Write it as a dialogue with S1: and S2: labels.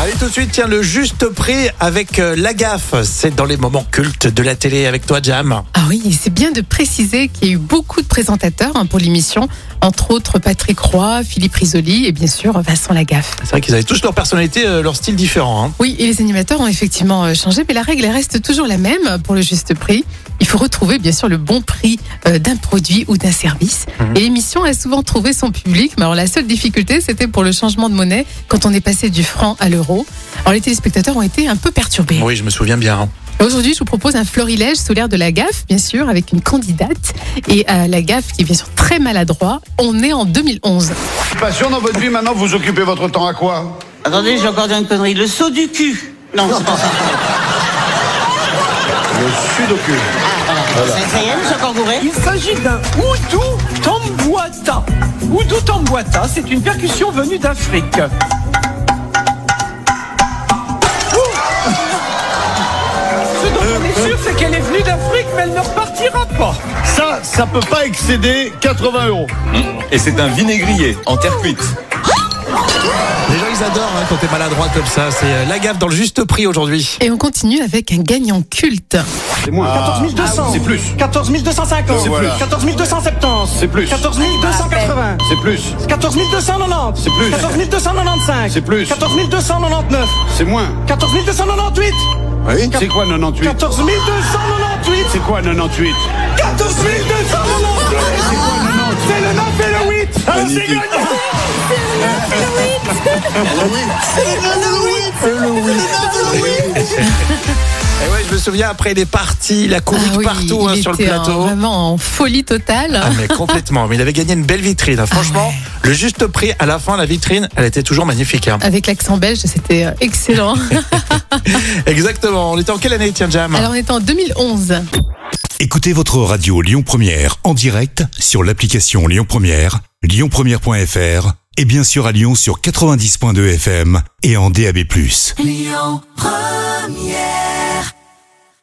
S1: Allez tout de suite, tiens, le juste prix avec euh, la gaffe. C'est dans les moments cultes de la télé avec toi, Jam.
S2: Ah oui, et c'est bien de préciser qu'il y a eu beaucoup de présentateurs hein, pour l'émission, entre autres Patrick Roy, Philippe Risoli et bien sûr Vincent Lagaffe.
S1: C'est vrai qu'ils avaient tous leur personnalité, euh, leur style différent. hein.
S2: Oui, et les animateurs ont effectivement euh, changé, mais la règle elle reste toujours la même pour le juste prix. Il faut retrouver bien sûr le bon prix euh, d'un produit ou d'un service.
S1: Mhm.
S2: Et l'émission a souvent trouvé son public, mais alors la seule difficulté c'était pour le changement de monnaie quand on est passé du franc à l'euro. Alors les téléspectateurs ont été un peu perturbés.
S1: Oui, je me souviens bien. hein.
S2: Aujourd'hui, je vous propose un florilège sous l'air de la gaffe, bien sûr, avec une candidate. Et euh, la gaffe qui est bien sûr très maladroit. On est en 2011.
S3: Pas sûr dans votre vie maintenant, vous occupez votre temps à quoi
S4: Attendez, j'ai encore dit une connerie. Le saut du cul. Non, c'est pas ça.
S3: Le sudoku.
S4: Ça- Ah, Ça y est, je suis encore gouré.
S5: Il s'agit d'un Oudou Tambuata. Oudou Tambuata, c'est une percussion venue d'Afrique. Ouh Ce dont on est sûr, c'est qu'elle est venue d'Afrique, mais elle ne repartira pas.
S3: Ça, ça peut pas excéder 80 euros.
S6: Et c'est un vinaigrier en terre cuite.
S1: Les gens, ils adorent hein, quand t'es maladroit comme ça. C'est euh, la gaffe dans le juste prix aujourd'hui.
S2: Et on continue avec un gagnant culte.
S3: C'est moins.
S5: 14 200.
S3: Ah. C'est plus.
S5: 14 250.
S3: C'est plus.
S5: 14 270.
S3: C'est plus.
S5: 14 280.
S3: C'est plus.
S5: 14 290.
S3: C'est plus.
S5: 14 295.
S3: C'est plus.
S5: 14 299.
S3: C'est moins.
S5: 14 298.
S3: C'est quoi 98
S5: 14 298.
S3: C'est quoi 98
S5: 14 298 C'est le 9 et le 8 Alors c'est gagné
S1: Et Eh ouais, je me souviens après les parties, la comique
S2: Ah oui,
S1: partout hein,
S2: il
S1: sur le
S2: était en-
S1: plateau.
S2: vraiment en folie totale.
S1: Ah, mais complètement. Mais il avait gagné une belle vitrine.
S2: Ah
S1: hein. Franchement, le juste prix, à la fin, la vitrine, elle était toujours magnifique. hein.
S2: Avec l'accent belge, c'était euh, excellent.
S1: Exactement. On était en quelle année, tiens, Jam
S2: Alors on est en 2011.
S7: Écoutez votre radio Lyon Première en direct sur l'application Lyon Première, lyonpremière.fr et bien sûr à Lyon sur 90.2 FM et en DAB+.